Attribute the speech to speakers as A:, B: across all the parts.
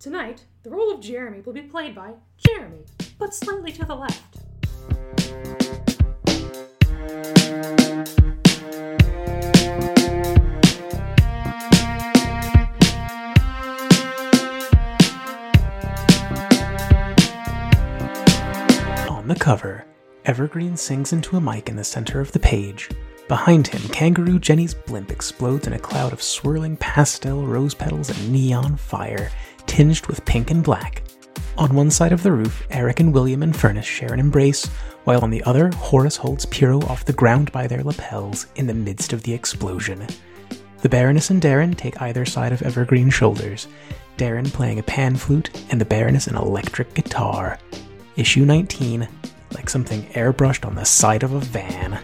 A: Tonight, the role of Jeremy will be played by Jeremy, but slightly to the left.
B: On the cover, Evergreen sings into a mic in the center of the page. Behind him, Kangaroo Jenny's blimp explodes in a cloud of swirling pastel rose petals and neon fire, tinged with pink and black. On one side of the roof, Eric and William and Furnace share an embrace, while on the other, Horace holds Pyrrho off the ground by their lapels in the midst of the explosion. The Baroness and Darren take either side of Evergreen's shoulders, Darren playing a pan flute and the Baroness an electric guitar. Issue 19, like something airbrushed on the side of a van.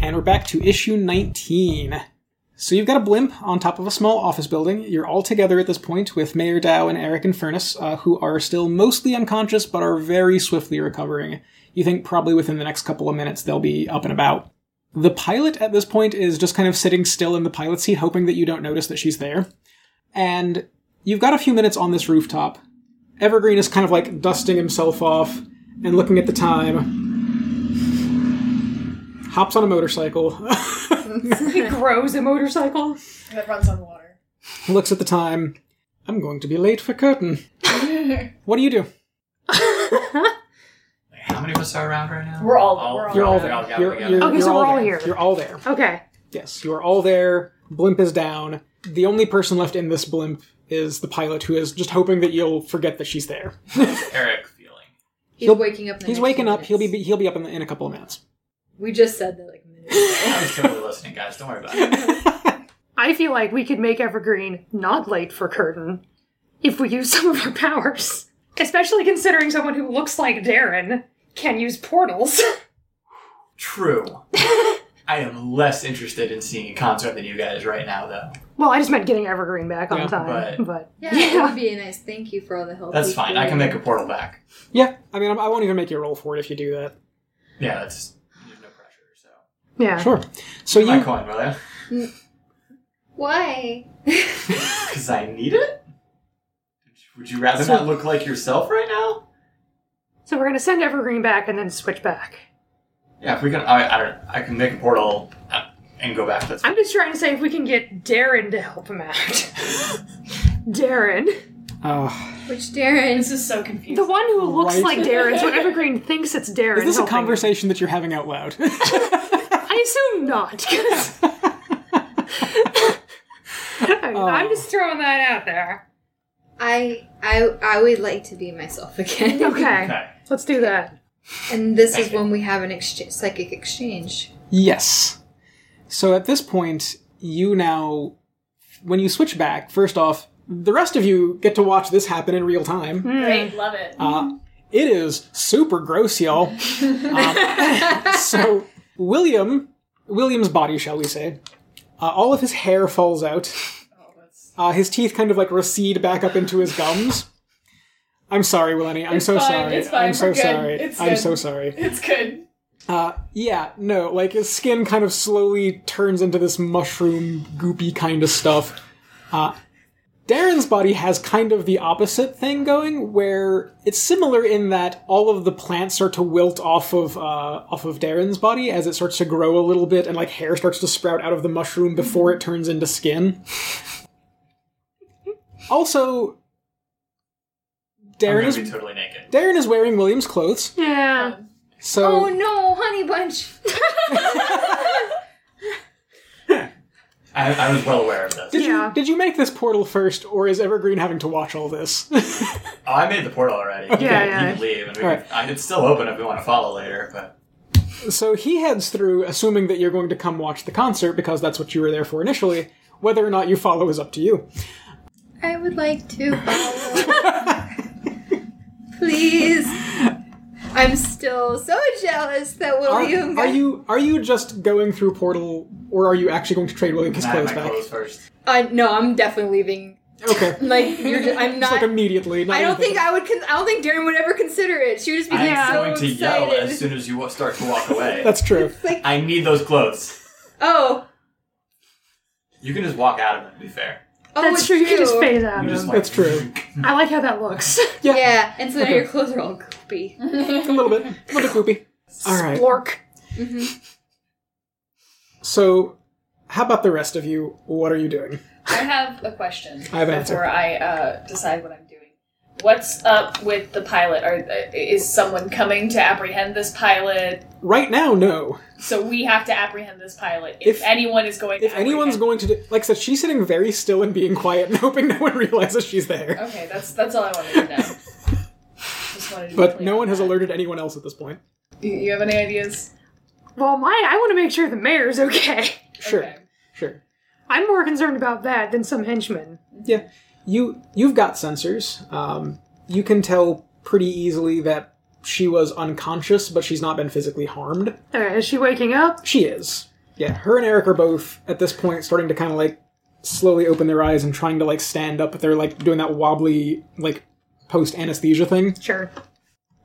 B: And we're back to issue 19. So you've got a blimp on top of a small office building. You're all together at this point with Mayor Dow and Eric and Furnace, uh, who are still mostly unconscious but are very swiftly recovering. You think probably within the next couple of minutes they'll be up and about. The pilot at this point is just kind of sitting still in the pilot seat, hoping that you don't notice that she's there. And you've got a few minutes on this rooftop. Evergreen is kind of like dusting himself off and looking at the time. Hops on a motorcycle.
A: He grows a motorcycle.
C: that runs on water.
B: looks at the time. I'm going to be late for curtain. what do you do?
D: How many of us are around right now?
C: We're all- we're all
B: You're all there.
D: around.
B: You're,
D: We're
B: you're-
D: all together.
A: Okay, so
B: you're
A: we're all
B: there.
A: here.
B: You're all there.
A: Okay.
B: Yes, you are all there. Blimp is down. The only person left in this blimp is the pilot, who is just hoping that you'll forget that she's there.
D: Eric feeling.
C: He's waking up. In the
B: He's
C: next
B: waking
C: few
B: up. He'll be
C: minutes.
B: he'll be up in, the, in a couple of minutes.
C: We just said that like a minute ago.
D: I was totally listening, guys. Don't worry about it.
A: I feel like we could make Evergreen not late for curtain if we use some of her powers. Especially considering someone who looks like Darren can use portals.
D: True. I am less interested in seeing a concert than you guys right now, though.
A: well, I just meant getting Evergreen back on
B: Yeah,
A: time.
D: but-
A: But,
C: yeah, it would be a nice thank you for all the help.
D: That's
C: you've
D: fine. I can make
C: given.
D: a portal back.
B: Yeah, I mean, I won't even make you roll for it if you do that.
D: Yeah, that's there's no pressure. So
A: yeah.
B: Sure. So
D: my
B: you
D: coin, will you?
C: Why?
D: Because I need it. Would you rather not look like yourself right now?
A: So we're gonna send Evergreen back and then switch back.
D: Yeah, if we can, I, I don't. I can make a portal uh, and go back. That's
A: I'm just trying to say if we can get Darren to help him out. Darren.
B: uh,
C: Which Darren?
E: This is so confusing.
A: The one who looks
B: Right.
A: like Darren, so Evergreen thinks it's Darren.
B: is this
A: helping
B: a
A: him.
B: conversation that you're having out loud?
A: I assume not, 'cause- I- I'm just throwing that out there.
C: I I I would like to be myself again.
A: Okay.
D: okay.
A: Let's do that.
C: And this is when we have an exchange, psychic exchange.
B: Yes. So at this point, you now, when you switch back, first off, the rest of you get to watch this happen in real time. Uh,
E: Great, love it.
B: It is super gross, y'all. Um, so William, William's body, shall we say, uh, all of his hair falls out. Uh, his teeth kind of like recede back up into his gums. I'm sorry, Willenie. I'm
E: It's
B: so
E: fine,
B: sorry.
E: it's fine,
B: I'm so
E: we're good,
B: sorry.
E: it's
B: I'm
E: good.
B: so sorry.
E: it's good.
B: Yeah, no, like his skin kind of slowly turns into this mushroom goopy kind of stuff. Uh, Darren's body has kind of the opposite thing going, where it's similar in that all of the plants start to wilt off of uh, off of Darren's body as it starts to grow a little bit, and like hair starts to sprout out of the mushroom before it turns into skin. Also,
D: I'm
B: Darren
D: gonna
B: is
D: be totally naked.
B: Darren is wearing William's clothes,
A: Yeah.
B: so
C: Oh no, honey bunch!
D: I, I was well aware of this.
B: Did
A: Yeah.
B: you did you make this portal first, or is Evergreen having to watch all this?
D: Oh, I made the portal already. You
A: Yeah,
D: can,
A: yeah.
D: You can leave, and we
B: Alright.
D: can, I, it's still open if we want to follow later. But
B: so he heads through, assuming that you're going to come watch the concert because that's what you were there for initially. Whether or not you follow is up to you.
C: I would like to follow. Please. I'm still so jealous that
B: Are,
C: William
B: are you are you just going through portal, or are you actually going to trade William his
D: can I have
B: clothes
D: my
B: back?
D: clothes first?
C: Uh, no, I'm definitely leaving
B: Okay.
C: Like you're just, I'm
B: Just
C: not.
B: like immediately. not
C: I don't
B: even
C: think I would. Con- I don't think Darren would ever consider it. She would just be
D: I'm
A: Yeah.
C: so
D: going to
C: excited.
D: yell as soon as you wa- start to walk away.
B: That's true.
D: I need those clothes.
C: oh,
D: You can just walk out of them, to be fair.
C: oh,
A: That's
C: it's
A: true. You can just fade
D: You
A: out.
D: just like,
B: That's true.
A: I like how that looks.
B: Yeah,
C: Yeah, and so now
B: Okay.
C: your clothes are all goopy.
B: a little bit. A little bit goopy. All right.
A: Splork.
B: So, how about the rest of you? What are you doing?
E: I have a question
B: I have an
E: before I uh, decide what I'm doing. What's up with the pilot? Are, uh, is someone coming to apprehend this pilot?
B: Right now, no.
E: So we have to apprehend this pilot. If,
B: If-
E: anyone is going,
B: If
E: to
B: anyone's
E: apprehend-
B: going to, do, like I said, she's sitting very still and being quiet and hoping no one realizes she's there.
E: okay, that's that's all I wanted to know. Just wanted to be
B: But
E: clear
B: no
E: on
B: one has
E: that.
B: alerted anyone else at this point.
E: You, you have any ideas?
A: Well, my, I want to make sure the mayor's okay.
B: Sure,
E: Okay.
B: sure.
A: I'm more concerned about that than some henchman.
B: Yeah, you you've got sensors. Um, you can tell pretty easily that she was unconscious, but she's not been physically harmed.
A: Okay, is she waking up?
B: She is. Yeah, her and Eric are both at this point starting to kind of like slowly open their eyes and trying to like stand up, but they're like doing that wobbly like post anesthesia thing.
A: Sure.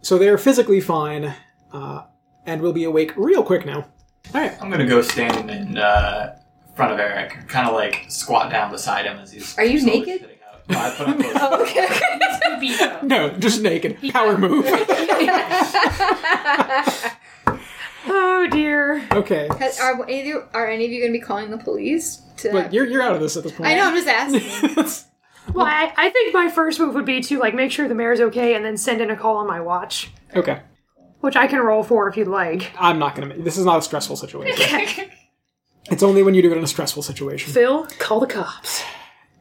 B: So they're physically fine, uh, and will be awake real quick now. All right.
D: I'm gonna go stand in uh, front of Eric, kind of like squat down beside him as he's.
C: Are you
D: slowly
C: naked?
D: sitting up. No, I put on clothes.
C: Okay.
E: Beat up.
B: No, just naked. Power move.
A: Oh dear.
B: okay.
C: Has- are, any of you, are any of you going to be calling the police? To
B: But you're you're out of this at this point.
C: I know. I'm just asking.
A: Well, I, I think my first move would be to like make sure the mayor's okay and then send in a call on my watch,
B: okay.
A: which I can roll for if you'd like.
B: I'm not gonna. This is not a stressful situation. it's only when you do it in a stressful situation.
A: Phil, call the cops.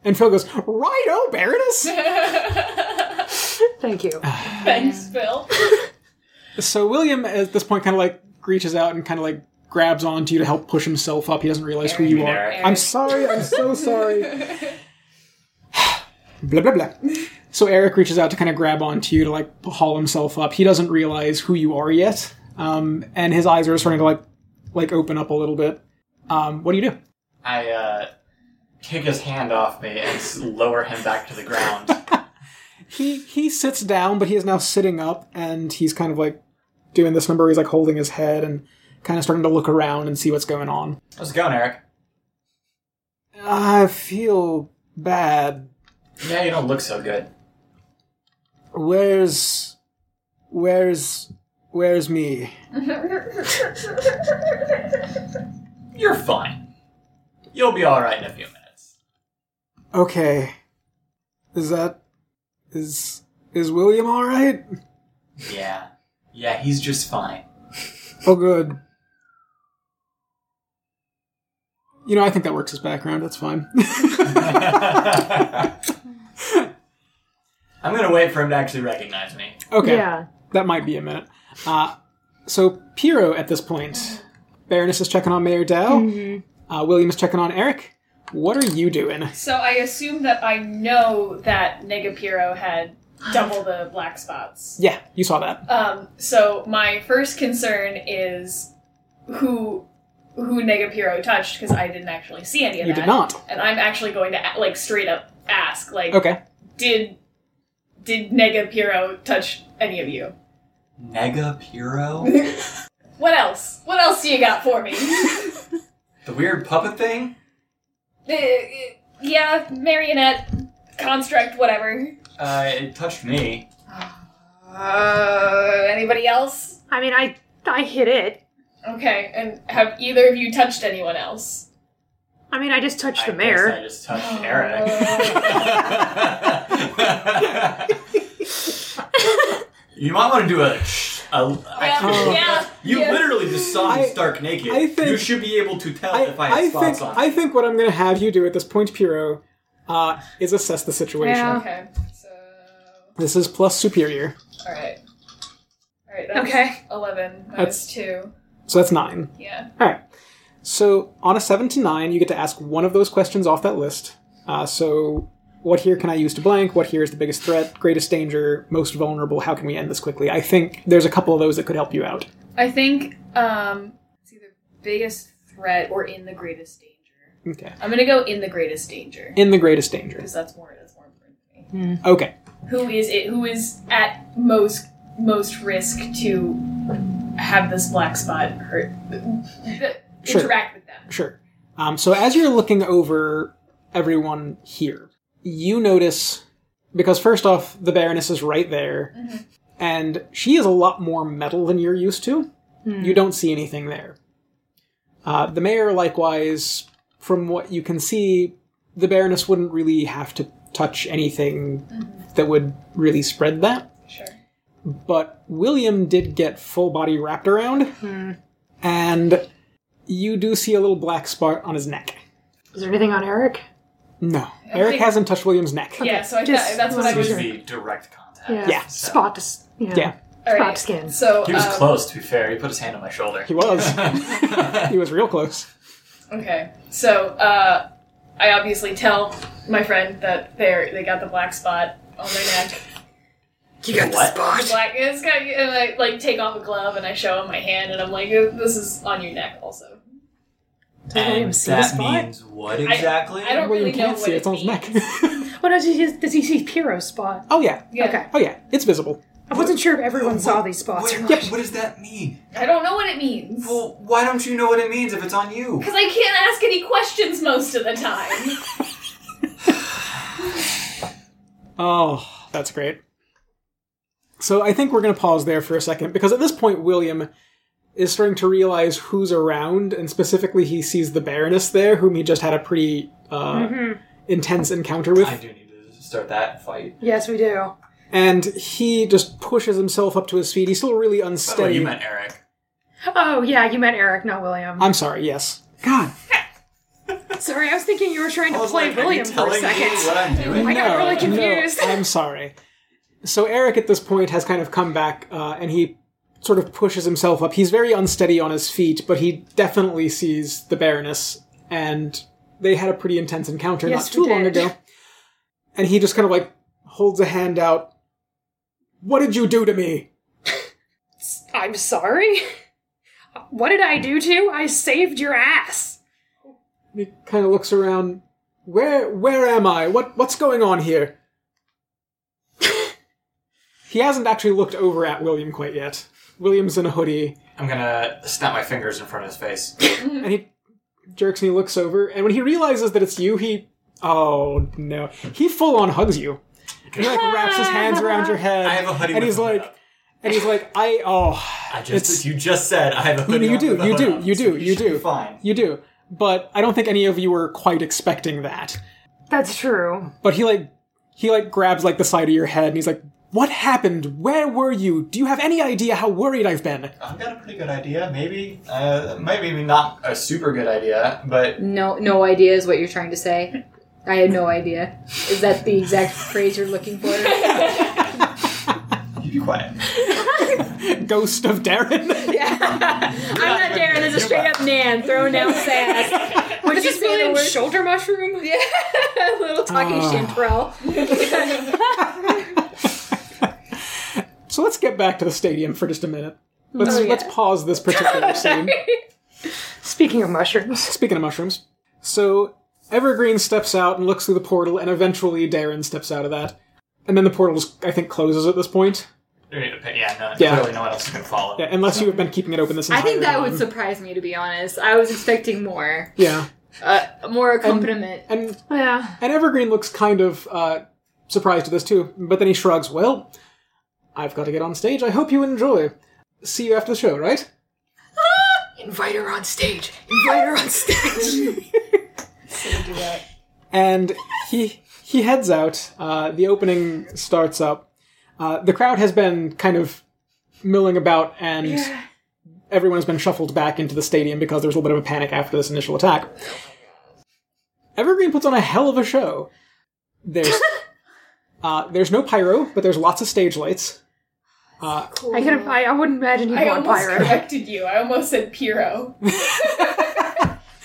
B: And Phil goes, "Righto, Baroness."
A: Thank you.
D: Uh,
E: Thanks, Phil.
B: So William, at this point, kind of like reaches out and kind of like grabs onto you to help push himself up. He doesn't realize who you
D: mean
B: are.
D: Eric?
B: I'm sorry. I'm so sorry. blah blah blah. So Eric reaches out to kind of grab onto you to like haul himself up. He doesn't realize who you are yet, um, and his eyes are starting to like like open up a little bit. Um, what do you do?
D: I uh, take his hand off me and s- lower him back to the ground.
B: He he sits down, but he is now sitting up, and he's kind of like doing this number. He's like holding his head and kind of starting to look around and see what's going on.
D: How's it going, Eric?
B: I feel bad.
D: Yeah, you don't look so good.
B: Where's where's where's me?
D: You're fine. You'll be all right in a few minutes.
B: Okay. Is that is is William all right?
D: Yeah, yeah, he's just fine.
B: Oh good. You know, I think that works as background. That's fine.
D: I'm gonna wait for him to actually recognize me.
B: okay.
A: Yeah.
B: That might be a minute. Uh, so Piero at this point, Baroness is checking on Mayor Dow.
A: Mm-hmm.
B: Uh, William is checking on Eric. What are you doing?
E: So I assume that I know that Negapiro had double the black spots.
B: Yeah, you saw that.
E: Um, so my first concern is who who Negapiro touched because I didn't actually see any of
B: You
E: that.
B: did not. Oh.
E: And I'm actually going to a- like straight up ask like
B: Okay.
E: did did Negapiro touch any of you?
D: Nega Piro?
E: What else? What else do you got for me?
D: the weird puppet thing?
E: Uh, yeah, marionette construct whatever.
D: Uh, it touched me.
E: Uh, anybody else?
A: I mean, I I hit it.
E: Okay, and have either of you touched anyone else?
A: I mean, I just touched the
D: I
A: mayor.
D: guess I just touched Eric. Oh. you might want to do a. sh- a- I
E: Yeah,
D: can't-
E: yeah,
D: you
E: yeah.
D: literally just saw him
B: I-
D: stark naked.
B: I think-
D: you should be able to tell if I have
B: I
D: spots
B: think
D: on.
B: I think what I'm going to have you do at this point, Piro, uh, is assess the situation.
A: Yeah.
E: Okay, so
B: This is plus superior,
E: all right, all right. That's
A: Okay.
E: eleven minus
B: That's-
E: two.
B: so that's nine.
E: Yeah.
B: All right. So on a seven to nine, you get to ask one of those questions off that list. Uh, so what here can I use to blank? What here is the biggest threat, greatest danger, most vulnerable? How can we end this quickly? I think there's a couple of those that could help you out.
E: I think um, it's either biggest threat or in the greatest danger.
B: Okay.
E: I'm gonna go in the greatest danger
B: In the greatest danger.
E: because that's more that's more important to me.
B: Okay.
E: Who is it? Who is at most most risk to have this black spot hurt?
B: Sure.
E: Interact with them.
B: Sure. Um, so as you're looking over everyone here, you notice because first off, the Baroness is right there, and she is a lot more metal than you're used to. You don't see anything there. Uh, the mayor, likewise, from what you can see, the Baroness wouldn't really have to touch anything that would really spread that
E: Sure.
B: but William did get full body wrapped around, and you do see a little black spot on his neck.
A: Is there anything on Eric?
B: No, Eric
E: think-
B: hasn't touched William's neck.
E: Yeah. So I
A: Just-
E: thought that's what I
D: It was
E: was.
A: Sure.
D: the direct contact.
A: Yeah.
B: Yeah.
D: so-
A: Spot. dis- Yeah.
B: Yeah.
E: All
A: Spot
E: right.
A: skin.
E: So
D: He was
A: Uh,
E: um,
D: close, to be fair. He put his hand on my shoulder.
B: He was. he was real close.
E: Okay, so uh, I obviously tell my friend that they are they got the black spot on their neck.
A: You got
D: What?
A: the
E: The
A: spot.
E: black it's got, and I like take off a glove and I show him my hand and I'm like, "Oh, this is on your neck also.
A: William
D: and
A: see the
D: that
A: spot?
D: means what exactly?
E: I don't
B: William
E: really know
B: can't
E: what
B: see
E: it
B: it's on his neck.
E: means.
A: What does he, does he see Piero's spot?
B: oh yeah,
E: Yeah.
A: Okay.
B: oh yeah, it's visible.
A: I wasn't sure if everyone saw these spots or
D: Wait,
A: not.
D: what, what does that mean?
E: I don't know what it means because
D: Well, why don't you know what it means if it's on you?
E: I can't ask any questions most of the time.
B: Oh, that's great. So I think we're going to pause there for a second because at this point William is starting to realize who's around, and specifically he sees the Baroness there, whom he just had a pretty uh,
E: Mm-hmm.
B: intense encounter with.
D: I do need to start that fight.
A: Yes, we do.
B: and he just pushes himself up to his feet. He's still really
D: By the way,
B: unsteady.
D: you meant Eric.
A: Oh, yeah, you meant Eric, not William.
B: I'm sorry. Yes. God.
A: Sorry, I was thinking you were trying
D: I
A: to
D: was
A: play
D: like, are you
A: William for a
D: telling
A: second.
D: Me what I'm doing?
A: I got really confused.
B: No, I'm sorry. So Eric at this point has kind of come back, uh, and he sort of pushes himself up. He's very unsteady on his feet, but he definitely sees the Baroness, and they had a pretty intense encounter
A: Yes,
B: not
A: we
B: too long
A: did.
B: ago. And he just kind of like holds a hand out. What did you do to me?
A: I'm sorry. What did I do to you? I saved your ass.
B: And he kind of looks around. Where where am I? What what's going on here? he hasn't actually looked over at William quite yet. William's in a hoodie,
D: I'm gonna snap my fingers in front of his face.
B: and he jerks and he looks over, and when he realizes that it's you, he oh no, he full on hugs you. And he like wraps his hands around your head,
D: I have a hoodie.
B: and
D: with
B: he's
D: a hood
B: like,
D: up.
B: and he's like, I oh.
D: I
B: it's-
D: just you just said I have a hoodie.
B: you
D: on
B: do,
D: with a
B: you
D: hood
B: do,
D: up,
B: you
D: so
B: do, you
D: should be
B: do.
D: Fine.
B: You do. But I don't think any of you were quite expecting that.
A: That's true.
B: But he like he like grabs like the side of your head and he's like, "What happened? Where were you? Do you have any idea how worried I've been?"
D: I've got a pretty good idea. Maybe, uh, maybe not a super good idea, but
C: No, no idea is what you're trying to say. I had no idea. Is that the exact phrase you're looking for?
D: you be quiet.
B: Ghost of Darren.
C: I'm not Darren. There's a straight up man thrown down his ass.
A: Would you
C: just be the
A: say
C: word-
A: shoulder mushroom?
C: Yeah, little talking
B: Ah.
C: chanterelle.
B: so let's get back to the stadium for just a minute. Let's
C: Oh, yeah.
B: let's pause this particular scene.
A: Speaking of mushrooms,
B: Speaking of mushrooms, so Evergreen steps out and looks through the portal, and eventually Darren steps out of that, and then the portal just I think closes at this point.
D: There you go. Yeah, no,
B: Yeah.
D: clearly no one else is gonna follow.
B: Yeah, unless you have been keeping it open this entire
C: I think that
B: time.
C: would surprise me, to be honest. I was expecting more,
B: yeah,
C: uh, more accompaniment.
B: and
A: Oh, yeah,
B: And Evergreen looks kind of uh, surprised at this too, but then he shrugs, Well, I've got to get on stage. I hope you enjoy. See you after the show, right?
A: invite her on stage. Invite her on stage.
B: And he he heads out. Uh, the opening starts up. Uh, the crowd has been kind of milling about, and everyone has been shuffled back into the stadium because there was a little bit of a panic after this initial attack. Evergreen puts on a hell of a show. There's uh, there's no pyro, but there's lots of stage lights.
A: I could. I, I wouldn't imagine he'd
E: I
A: want
E: almost
A: Pyro.
E: corrected you. I almost said Piro.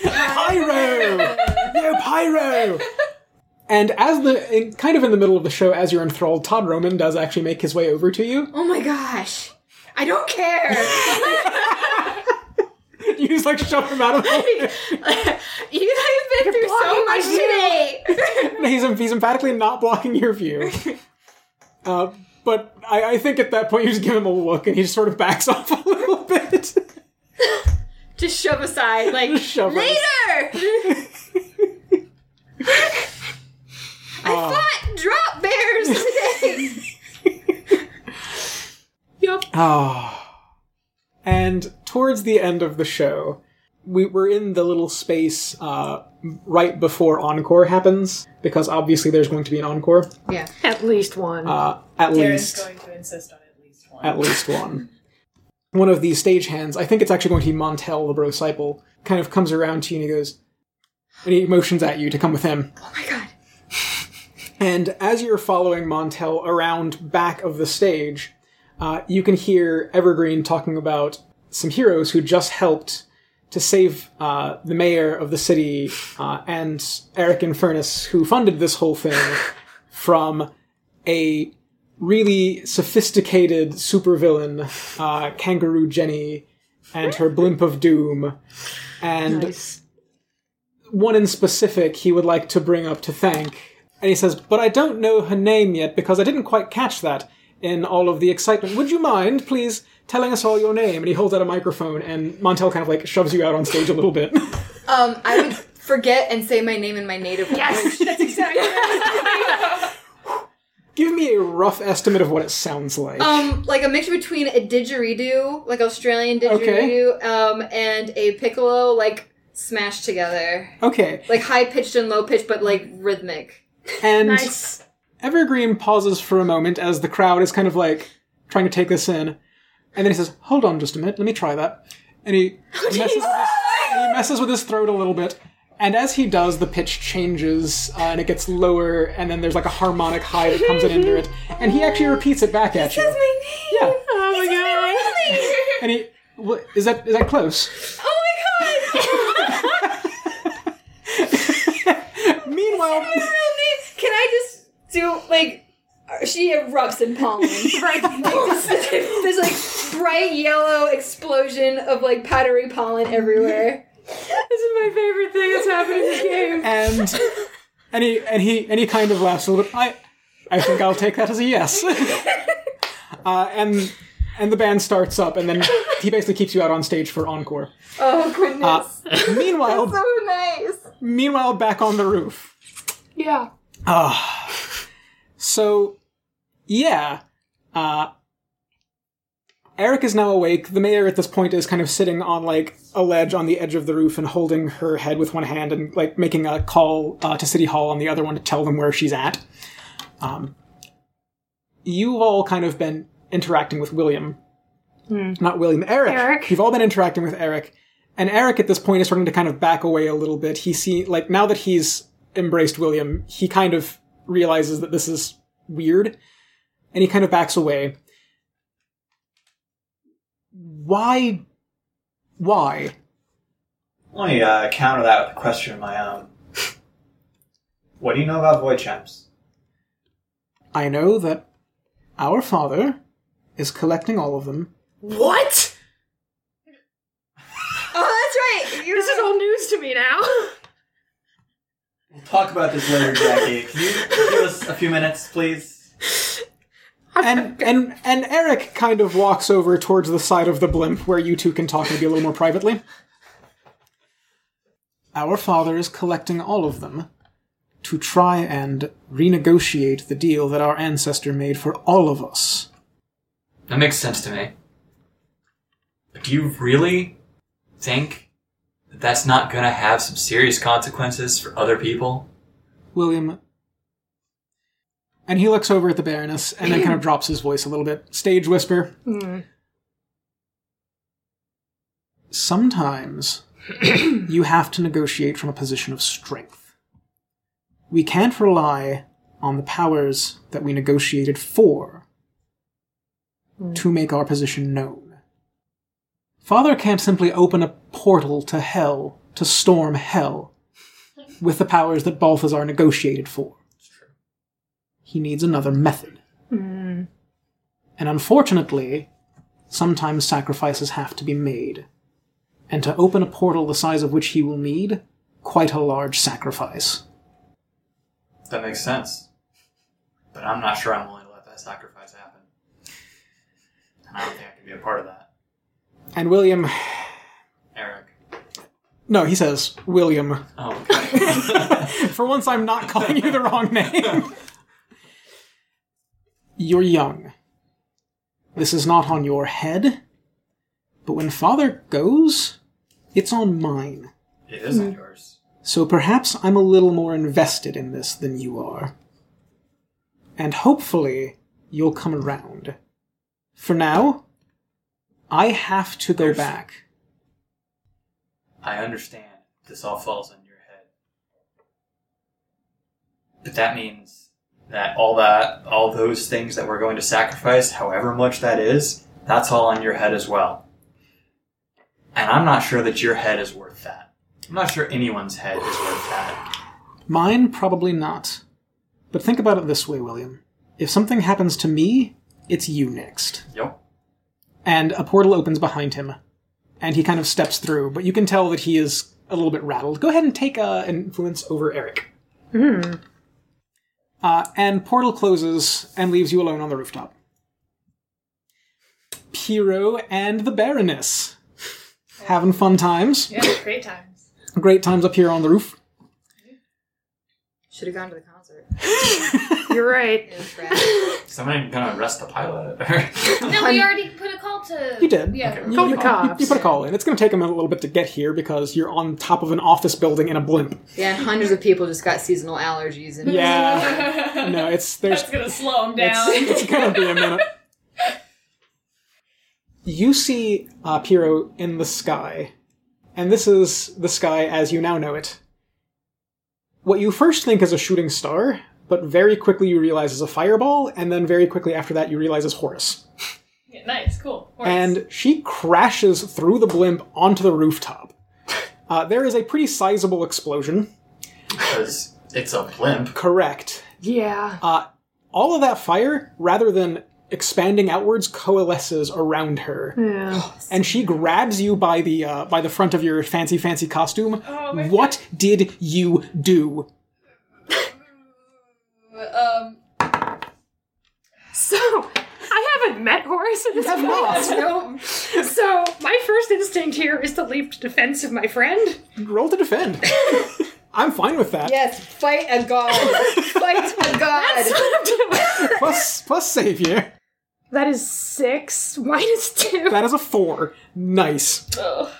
B: Pyro! Yo, Pyro! And as the in, kind of in the middle of the show, as you're enthralled, Todd Roman does actually make his way Oh. over to you.
C: Oh my gosh. I don't care.
B: you just like shove him out of the
C: you guys have been through so
A: blocking my
C: much
A: view.
C: today.
B: No, he's, he's emphatically not blocking your view. Uh, but I, I think at that point you just give him a look and he just sort of backs off a little bit.
C: Just shove aside, like
B: Just shove her.
C: later. I
B: Oh.
C: fought drop bears today. yep.
B: Ah. And towards the end of the show, we were in the little space uh, right before encore happens, because obviously there's going to be an encore.
C: Yeah.
A: At least one.
B: Uh, at
E: Darren's
B: least.
E: going to insist on at least one.
B: at least one. one of these stagehands, I think it's actually going to be Montel, the brocycle, kind of comes around to you and he goes, and he motions at you to come with him.
C: Oh my god.
B: And as you're following Montel around back of the stage, uh, you can hear Evergreen talking about some heroes who just helped to save uh, the mayor of the city uh, and Eric Infernus, who funded this whole thing from a really sophisticated supervillain, uh, Kangaroo Jenny, and her blimp of doom. And
A: nice.
B: one in specific he would like to bring up to thank. And he says, But I don't know her name yet because I didn't quite catch that in all of the excitement. Would you mind, please, telling us all your name? And he holds out a microphone, and Montel kind of like shoves you out on stage a little bit.
C: Um, I would forget and say my name in my native
A: Yes, that's exactly
B: Give me a rough estimate of what it sounds like.
C: Um, like a mixture between a didgeridoo, like Australian didgeridoo, um, and a piccolo, like smashed together,
B: okay.
C: like high pitched and low pitched, but like rhythmic.
B: And
A: nice.
B: Evergreen pauses for a moment as the crowd is kind of like trying to take this in. And then he says, Hold on just a minute, let me try that. And he, messes, with his, he messes with his throat a little bit. And as he does, the pitch changes uh, and it gets lower, and then there's like a harmonic high that comes in under it. And he actually repeats it back at you.
C: my name.
B: Yeah.
C: Oh my god.
B: And he, wha- is that is that close?
C: Oh my god.
B: Meanwhile,
C: Can I just do like? uh, She erupts in pollen. There's like bright yellow explosion of like powdery pollen everywhere.
A: This is my favorite thing that's happened in this game.
B: and and he and he and he kind of laughs a little bit. I I think I'll take that as a yes. uh, and and the band starts up, and then he basically keeps you out on stage for encore. Uh,
C: Oh goodness.
B: Meanwhile,
C: so nice.
B: meanwhile, back on the roof.
A: Yeah.
B: Ah, so yeah, uh, Eric is now awake. The mayor at this point is kind of sitting on like a ledge on the edge of the roof and holding her head with one hand and like making a call uh, to City Hall on the other one to tell them where she's at. Um, you've all kind of been interacting with William, not William, Eric.
A: Eric.
B: You've all been interacting with Eric, and Eric at this point is starting to kind of back away a little bit. He see like now that he's embraced William, he kind of realizes that this is weird, and he kind of backs away. Why? Why?
F: Let me uh, counter that with a question of my own. What do you know about void champs?
B: I know that our father is collecting all of them.
A: What?
C: Oh, that's right. You're
A: This is all news to me now.
F: We'll talk about this later, Jackie. Can you give us a few minutes, please?
B: And and and Eric kind of walks over towards the side of the blimp where you two can talk maybe a little more privately. Our father is collecting all of them to try and renegotiate the deal that our ancestor made for all of us.
D: That makes sense to me. But do you really think that that's not going to have some serious consequences for other people?
B: William. And he looks over at the Baroness and then kind of drops his voice a little bit. Stage whisper. Sometimes you have to negotiate from a position of strength. We can't rely on the powers that we negotiated for to make our position known. Father can't simply open a portal to hell to storm hell with the powers that Balthazar negotiated for. He needs another method. And unfortunately, sometimes sacrifices have to be made. and to open a portal the size of which he will need quite a large sacrifice.
D: That makes sense. But I'm not sure I'm willing to let that sacrifice happen. And I don't think I can be a part of that.
B: And William.
D: Eric.
B: No, he says, William.
D: Oh, okay.
B: For once, I'm not calling you the wrong name. You're young. This is not on your head. But when father goes, it's on mine.
D: it isn't yours.
B: So perhaps I'm a little more invested in this than you are. And hopefully, you'll come around. For now, I have to go back.
D: I understand this all falls on your head. But that means that all that all those things that we're going to sacrifice, however much that is, that's all on your head as well. And I'm not sure that your head is worth that. I'm not sure anyone's head is worth that.
B: Mine, probably not. But think about it this way, William. If something happens to me, it's you next.
D: Yep.
B: And a portal opens behind him, and he kind of steps through, but you can tell that he is a little bit rattled. Go ahead and take uh, an influence over Eric. Uh, and portal closes and leaves you alone on the rooftop. Piro and the Baroness. Having fun times.
E: Yeah, great times.
B: Great times up here on the roof.
C: Should have gone to the concert.
A: You're right.
C: No trash.
D: Somebody gonna arrest the pilot. Eric.
E: No, we already put a call to.
B: You did.
E: Yeah.
D: Okay.
B: You-
A: Call
B: you-
A: the cops.
B: You, you put a call in. It's going to take him a little bit to get here because you're on top of an office building in a blimp.
C: yeah, and hundreds of people just got seasonal allergies and
B: Yeah. No, it's there's
E: That's gonna slow him down.
B: it's gonna be a minute. You see uh, Piro in the sky, and this is the sky as you now know it. What you first think is a shooting star, but very quickly you realize is a fireball, and then very quickly after that you realize is Horus.
E: Yeah, nice, cool. Works.
B: and she crashes through the blimp onto the rooftop. Uh, there is a pretty sizable explosion.
D: Because it's a blimp.
B: Correct. Uh,
A: Yeah.
B: All of that fire, rather than expanding outwards, coalesces around her,
A: yeah.
B: and she grabs you by the uh, by the front of your fancy fancy costume.
E: Oh, my
B: what did you do?
E: um,
A: So, I haven't met Horace at this
B: have
A: point.
B: not.
A: No. So, my first instinct here is to leap to defense of my friend.
B: Roll to defend. I'm fine with that.
C: Yes, fight a god. fight a
A: That's
C: god.
A: what I'm doing.
B: Plus plus save here.
A: That is six minus two.
B: That is a four. Nice.
E: ugh.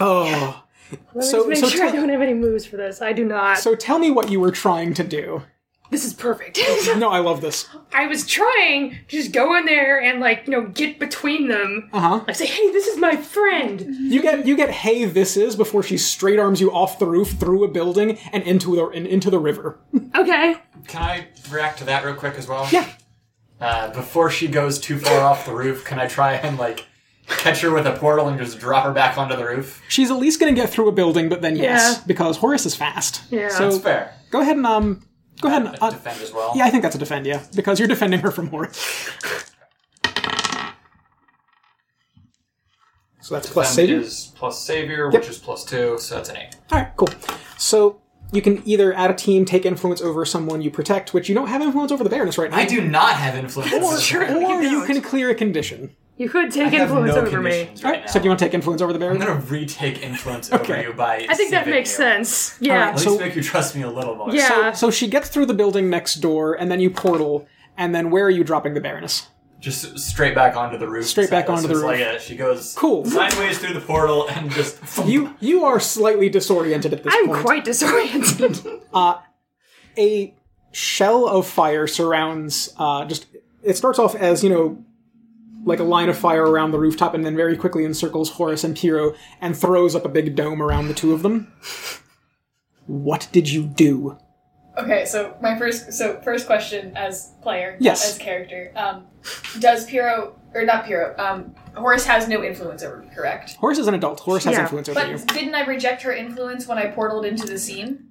B: Oh.
A: Let me
B: so-
A: just make
B: so
A: sure I
B: tell-
A: don't have any moves for this. I do not.
B: So tell me what you were trying to do.
A: this is perfect.
B: No, I love this.
A: I was trying to just go in there and like, you know, get between them.
B: Uh huh.
A: I say, hey, this is my friend.
B: You get you get hey this is before she straight arms you off the roof through a building and into the and into the river.
A: Okay.
D: Can I react to that real quick as well?
B: Yeah.
D: Uh, before she goes too far off the roof, can I try and like catch her with a portal and just drop her back onto the roof?
B: She's at least gonna get through a building, but then yes,
A: Yeah.
B: because Horus is fast.
A: Yeah.
D: That's
B: So
D: fair.
B: go ahead and um go ahead and
D: But
B: uh,
D: defend as well.
B: yeah, I think that's a defend, yeah, because you're defending her from Horus. So that's plus
D: Defend
B: savior.
D: is plus savior, which is plus two, so that's an eight.
B: All right, cool. So you can either add a team, take influence over someone you protect, which you don't have influence over the Baroness right now.
D: I do not have influence.
B: Or, or you
A: don't.
B: can clear a condition.
A: You could
D: I
A: take
D: have
A: influence
D: no
A: over me.
D: conditions
B: All
D: right
B: right.
D: now.
B: So do you want to take influence over the
D: I'm
B: Baron?
D: gonna retake influence
B: Okay.
D: over you by.
A: I think that
D: saving
A: makes
D: you.
A: sense. Yeah.
D: At least
B: So-
D: make you trust me a little more.
A: yeah.
B: So she gets through the building next door, and then you portal, and then where are you dropping the Baroness?
D: Just straight back onto the roof.
B: Straight back
D: So
B: onto the
D: it's
B: roof.
D: Like a, she goes
B: Cool.
D: sideways through the portal and just
B: You you are slightly disoriented at this
A: I'm
B: point.
A: quite disoriented. Oh
B: a shell of fire surrounds. Uh, just it starts off as you know, like a line of fire around the rooftop, and then very quickly encircles Horus and Pyrrho and throws up a big dome around the two of them. What did you do?
E: Okay, so my first, so first question as player,
B: Yes.
E: as character, um, does Piro or not Piro? Um, Horace has no influence over me, correct?
B: Horus is an adult. Horus has
A: Yeah.
B: influence over
E: But
B: you.
E: didn't I reject her influence when I portaled into the scene?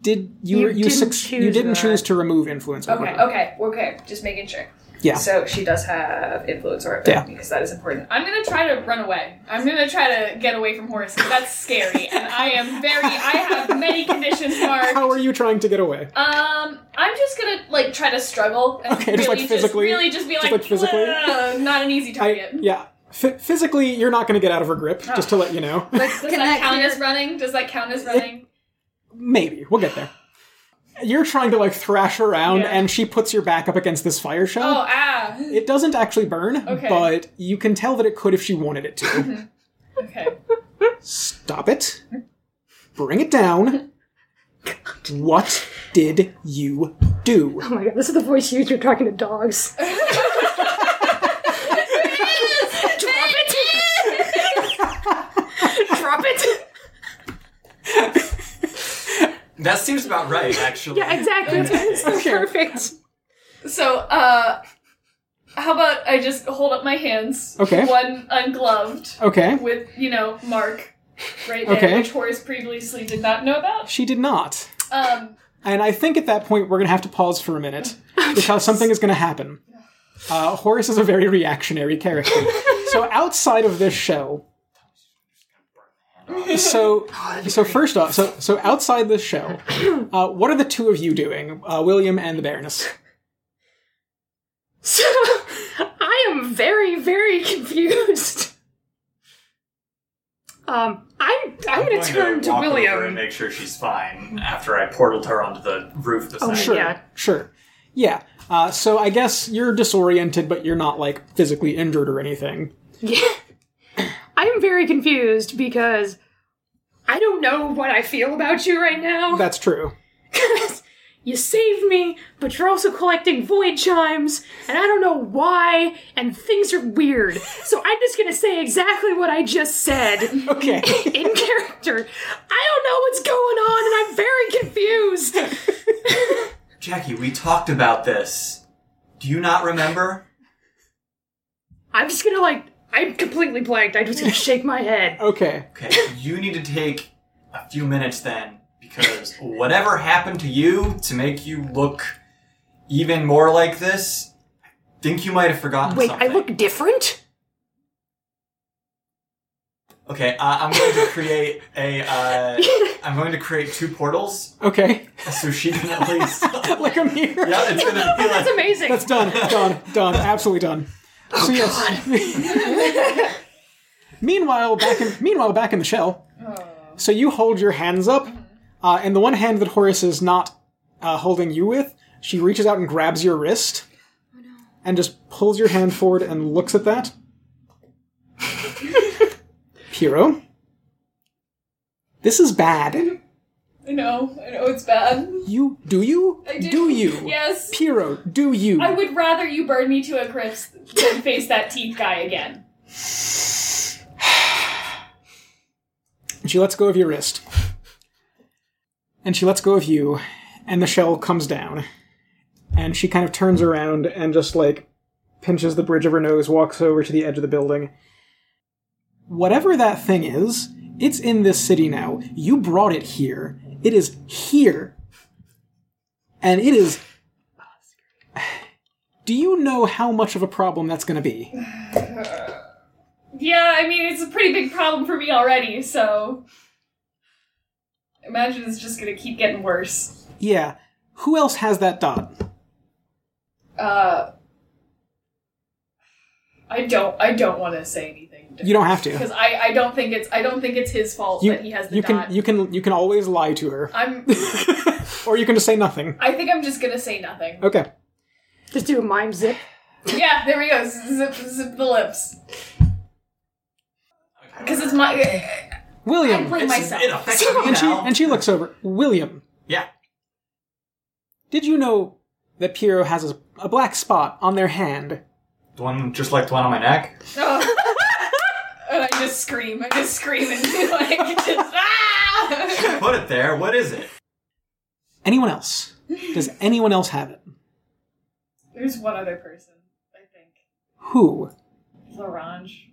B: Did you
A: You
B: you
A: didn't
B: suc- you
A: choose
B: didn't
A: that.
B: choose to remove influence over
E: Okay,
B: her.
E: okay, okay. Just making sure.
B: Yeah.
E: So she does have influence or
B: Yeah.
E: because that is important. I'm gonna try to run away. I'm gonna try to get away from Horace. 'cause That's scary, and I am very. I have many conditions marked.
B: How are you trying to get away?
E: Um, I'm just gonna like try to struggle and
B: Okay,
E: really
B: just, like, physically?
E: really just be
B: Just,
E: like,
B: like, physically?
E: "Ugh," not an easy
B: I,
E: target.
B: yeah. Ph physically, you're not going to get out of her grip, just to let you know.
E: Does that count as running? Does that count as running?
B: Maybe. We'll get there. You're trying to like thrash around,
E: Yeah.
B: and she puts your back up against this fire shell.
E: Oh ah,
B: It doesn't actually burn,
E: Okay. Mm-hmm.
B: but you can tell that it could if she wanted it to.
E: okay.
B: Stop it. Bring it down. What did you do?
A: Oh my god, this is the voice you use when you're talking to dogs.
E: Drop it!
A: Drop it!
D: That seems about right, actually.
A: Yeah, exactly. It's perfect.
E: So, uh, how about I just hold up my hands?
B: Okay.
E: One ungloved
B: Okay.
E: with, you know, Mark right there,
B: Okay.
E: which Horace previously did not know about.
B: She did not.
E: Um,
B: And I think at that point we're going to have to pause for a minute because something is going to happen. Uh, Horace is a very reactionary character. so outside of this show, so so first off, so so outside this show, uh, what are the two of you doing, uh, William and the Baroness?
A: So, I am very, very confused. Um, I, I'm gonna
D: I'm going
A: turn to
D: walk over and
A: William.
D: make sure she's fine after I portaled her onto the roof this night.
A: Oh, sure.
B: Sure,
A: Yeah.
B: sure, yeah. Uh, so I guess you're disoriented, but you're not like physically injured or anything.
A: Yeah. I am very confused because I don't know what I feel about you right now.
B: That's true.
A: you saved me, but you're also collecting void chimes, and I don't know why, and things are weird. So I'm just gonna say exactly what I just said.
B: Okay.
A: in character. I don't know what's going on, and I'm very confused.
D: Jackie, we talked about this. Do you not remember?
A: I'm just gonna like, I'm completely blanked. I'm just gonna shake my head.
B: okay.
D: Okay, you need to take a few minutes then, because whatever happened to you to make you look even more like this, I think you might have forgotten
A: Wait, I
D: something.
A: look different?
D: Okay, uh, I'm going to create a. Uh, I'm going to create two portals,
B: Okay.
D: so she can at least. yeah,
B: like I'm here.
D: it's gonna be like.
A: That's amazing.
B: That's done, done, done, absolutely done.
E: Oh,
B: so yes. meanwhile, back in meanwhile back in the shell.
E: Oh.
B: So you hold your hands up,
E: Mm-hmm.
B: uh, and the one hand that Horace is not uh, holding you with, she reaches out and grabs your wrist,
E: Oh,
B: and just pulls your hand forward and looks at that. Piro, this is bad.
E: I know, I know it's bad.
B: You do you
E: I
B: do,
E: do.
B: you
E: Yes.
B: Piro? Do you?
E: I would rather you burn me to a crisp than face that teeth guy again.
B: And she lets go of your wrist. And she lets go of you, and the shell comes down. And she kind of turns around and just like pinches the bridge of her nose, walks over to the edge of the building. Whatever that thing is, it's in this city now. You brought it here. It is here. And it is. Do you know how much of a problem that's going to be?
E: Yeah, I mean, it's a pretty big problem for me already, so. Imagine it's just gonna keep getting worse.
B: Yeah. Who else has that dot?
E: Uh. I don't. I don't want to say anything.
B: You don't have to.
E: Because I, I don't think it's I don't think it's his fault
B: you,
E: that he has the
B: you
E: dot.
B: can you can you can always lie to her
E: I'm.
B: or you can just say nothing
E: I think I'm just gonna say nothing.
B: okay
A: Just do a mime zip.
E: Yeah, there we go. Zip, zip the lips. Because it's my. I
B: william
E: blame myself.
D: It affects me
B: and she
D: now.
B: and she looks over william
D: yeah.
B: did you know that piero has a, a black spot on their hand
D: The one just like the one on my neck.
E: Oh. and I just scream. I just scream and like just ah.
D: Put it there. What is it?
B: anyone else does anyone else have it
E: There's one other person. I think
B: who
E: Larange.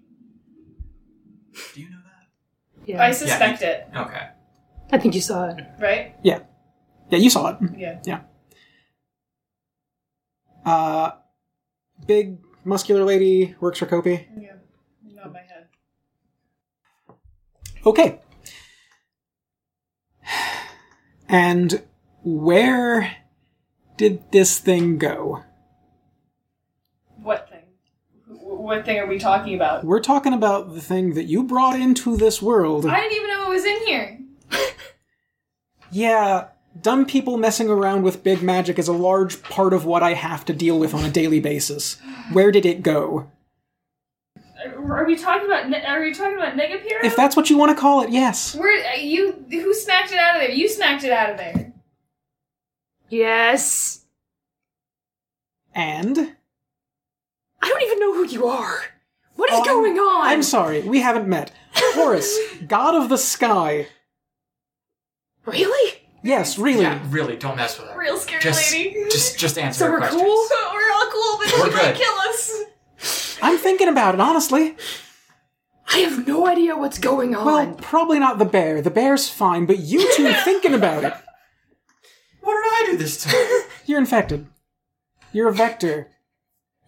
D: Do you know that?
E: I
A: Yeah.
E: suspect it.
D: Okay.
A: I think you saw it.
E: Right?
B: yeah yeah you saw it
E: Yeah.
B: yeah uh big muscular lady works for Kopi.
E: Yeah. Not my head.
B: Okay. And where did this thing go?
E: What thing? Wh- What thing are we talking about?
B: We're talking about the thing that you brought into this world.
E: I didn't even know it was in here.
B: Yeah, dumb people messing around with big magic is a large part of what I have to deal with on a daily basis. Where did it go?
E: Are are we talking about? Ne- Are we talking about Negapiro?
B: If that's what you want to call it, yes.
E: Where uh, you? Who smacked it out of there? You smacked it out of there.
A: Yes.
B: And?
A: I don't even know who you are. What is
B: Oh, I'm-
A: going on?
B: I'm sorry, we haven't met. Horus, god of the sky.
A: really?
B: Yes, really.
D: Yeah, really, don't mess with her.
E: Real scary
D: just,
E: lady.
D: Just, just answer
A: So
D: her
A: we're
D: questions.
A: cool?
E: We're all cool, but
D: We're
E: she
D: good.
E: might kill us.
B: I'm thinking about it, honestly.
A: I have no idea what's going on.
B: Well, probably not the bear. The bear's fine, but you two thinking about it.
D: What did I do this time?
B: You're infected. You're a vector.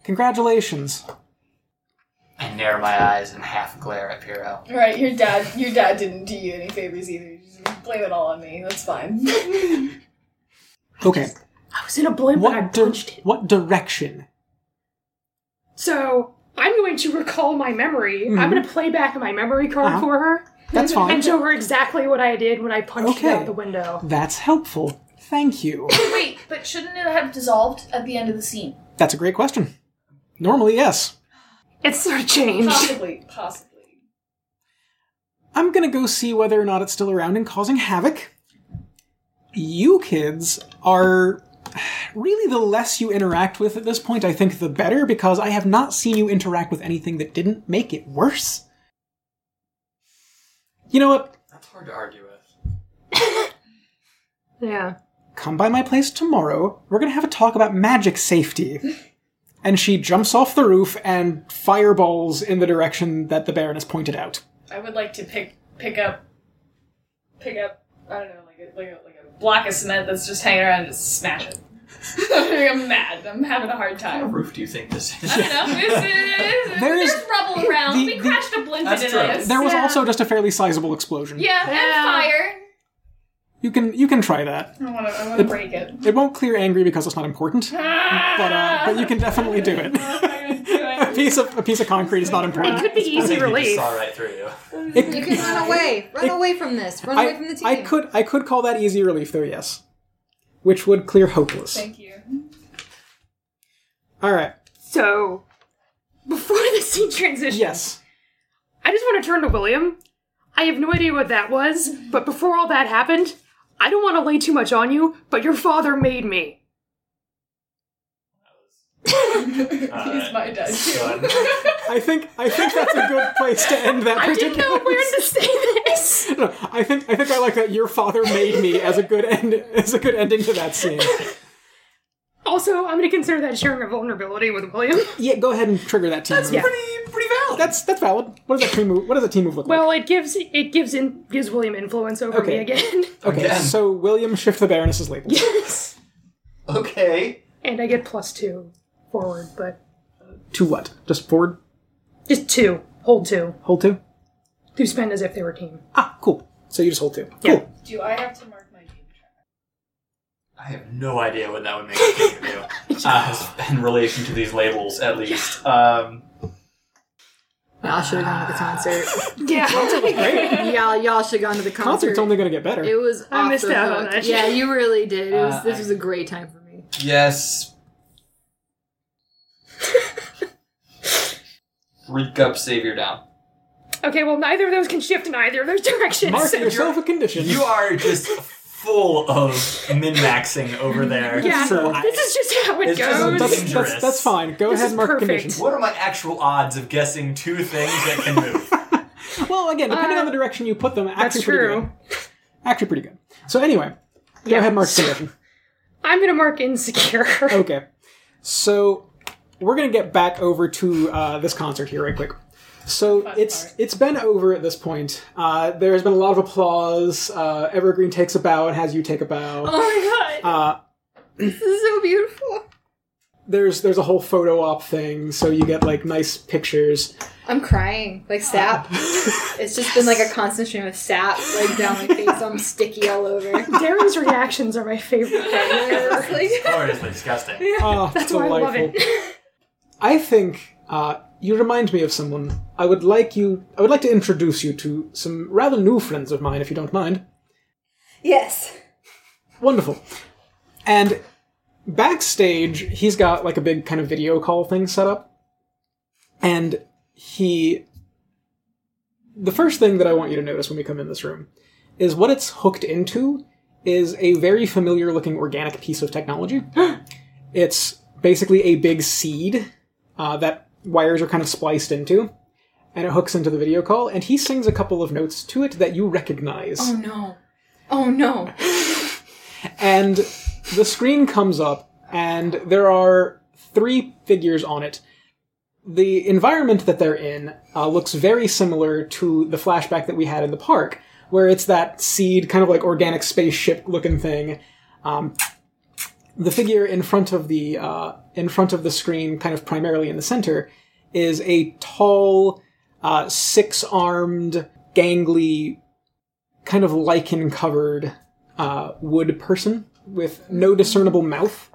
B: Congratulations.
D: I narrow my eyes and half glare at Piero.
E: Right, your dad. Your dad didn't do you any favors either. Just blame it all on me. That's fine.
B: Okay.
A: I was in a blimp and I
B: What dir-
A: punched it.
B: what direction?
A: So I'm going to recall my memory. I'm going to play back my memory card
B: Mm-hmm. Uh-huh.
A: for her
B: That's fine.
A: and show her exactly what I did when I punched
B: Okay.
A: it out the window.
B: That's helpful. Thank you.
E: Wait, but shouldn't it have dissolved at the end of the scene?
B: That's a great question. Normally, yes.
A: It's sort of changed.
E: Possibly, possibly.
B: I'm gonna go see whether or not it's still around and causing havoc. You kids are really the less you interact with at this point, I think the better, because I have not seen you interact with anything that didn't make it worse. You know what?
D: That's hard to argue with.
A: yeah.
B: Come by my place tomorrow. We're gonna have a talk about magic safety. And she jumps off the roof and fireballs in the direction that the Baroness pointed out.
E: I would like to pick pick up pick up I don't know like a, like a, like a block of cement that's just hanging around and just smash it. I'm mad. I'm having a hard
D: What
E: time.
D: roof do you think this
E: I
D: is?
E: don't know. It's- it's-
B: There is-
E: there's rubble around.
B: the-
E: we
B: the-
E: crashed a blimp
D: That's
E: into
D: true.
E: this.
B: There was
A: Yeah.
B: also just a fairly sizable explosion.
E: yeah,
A: Yeah.
E: and fire.
B: You can you can try that.
E: I want to. I want to break it.
B: It won't clear angry because it's not important, but uh, but you can definitely do it.
E: I'm gonna do
B: a
E: it.
B: piece of a piece of concrete is not
A: It
B: important.
A: could be
D: I
A: easy
D: think you just
A: relief.
D: saw right through you.
C: You can run away. Run away from this. Run away from the
B: I,
C: team.
B: I could I could call that easy relief though, yes. Which would clear hopeless.
E: Thank you.
B: All right.
A: So before the scene transition,
B: Yes.
A: I just want to turn to William. I have no idea what that was, but before all that happened, I don't want to lay too much on you, but your father made me.
E: He's my dad too.
D: Done.
B: I think I think that's a good place to end that
A: I didn't know
B: particular.
A: where to say this.
B: No, I think I think I like that your father made me as a good end as a good ending to that scene.
A: Also, I'm going to consider that sharing a vulnerability with William.
B: Yeah, go ahead and trigger that team. That's move.
D: pretty, pretty valid.
B: That's that's valid. What does that team move? What does that team move look like?
A: Well, it gives it gives in gives William influence over
B: Okay.
A: me again,
B: Okay,
D: Again.
B: so William shift the Baroness's label.
D: okay.
A: and I get plus two forward, but
B: To what? Just forward?
A: just two, hold two,
B: Hold two?
A: to spend as if they were team.
B: Ah, cool. So you just hold two.
A: Yeah.
B: Cool.
E: Do I have to mark my name?
D: I have no idea what that would make a game do. Uh, in relation to these labels, at least. Um,
C: Y'all should have gone to the concert.
A: Yeah,
B: Great.
C: y'all, y'all should have gone to the
B: Concert's only going to get better.
C: It was.
A: I
C: off
A: missed
C: the
A: out on
C: hook.
A: that.
C: Yeah, you really did. It was,
D: Uh,
C: this
D: I-
C: was a great time for me.
D: yes. Three cup savior down.
A: okay. Well, neither of those can shift in either of those directions.
B: Mark
A: So-
B: yourself a condition.
D: You are just full of min-maxing over there.
A: yeah,
B: so-
A: this is just how it
D: It's just-
A: goes.
B: that's,
D: dangerous.
B: that's, that's fine. Go
A: This
B: ahead
A: is
B: and mark a
A: perfect.
B: condition.
D: What are my actual odds of guessing two things that can move?
B: Well, again, depending
A: Uh,
B: on the direction you put them, actually
A: that's
B: pretty
A: true.
B: good. Actually pretty good. So anyway, go
A: Yeah.
B: ahead and mark a condition.
A: I'm gonna mark insecure.
B: Okay. So we're gonna get back over to uh, this concert here right quick. So it's
E: part.
B: it's been over at this point. Uh, there's been a lot of applause. Uh, Evergreen takes a bow and has you take a bow.
C: Oh my god,
B: Uh,
C: this is so beautiful.
B: there's there's a whole photo op thing, so you get like nice pictures.
C: I'm crying. Like sap. it's just been like a constant stream of sap like down my face. I'm sticky all over. Uh,
A: Darren's reactions are my favorite thing.
C: It's like-
D: Gloriously disgusting.
B: Ah,
A: That's why I
B: delightful.
A: love
B: I think uh, you remind me of someone. I would like you. I would like to introduce you to some rather new friends of mine, if you don't mind.
C: yes.
B: Wonderful. And backstage, he's got like a big kind of video call thing set up. And he. The first thing that I want you to notice when we come in this room is what it's hooked into is a very familiar looking organic piece of technology. it's basically a big seed uh, that wires are kind of spliced into. And it hooks into the video call, and he sings a couple of notes to it that you recognize
C: Oh no. Oh no.
B: and the screen comes up and there are three figures on it the environment that they're in uh, looks very similar to the flashback that we had in the park where it's that seed kind of like organic spaceship looking thing um, the figure in front of the uh, in front of the screen kind of primarily in the center is a tall uh, six-armed gangly kind of lichen covered uh, wood person with no discernible mouth.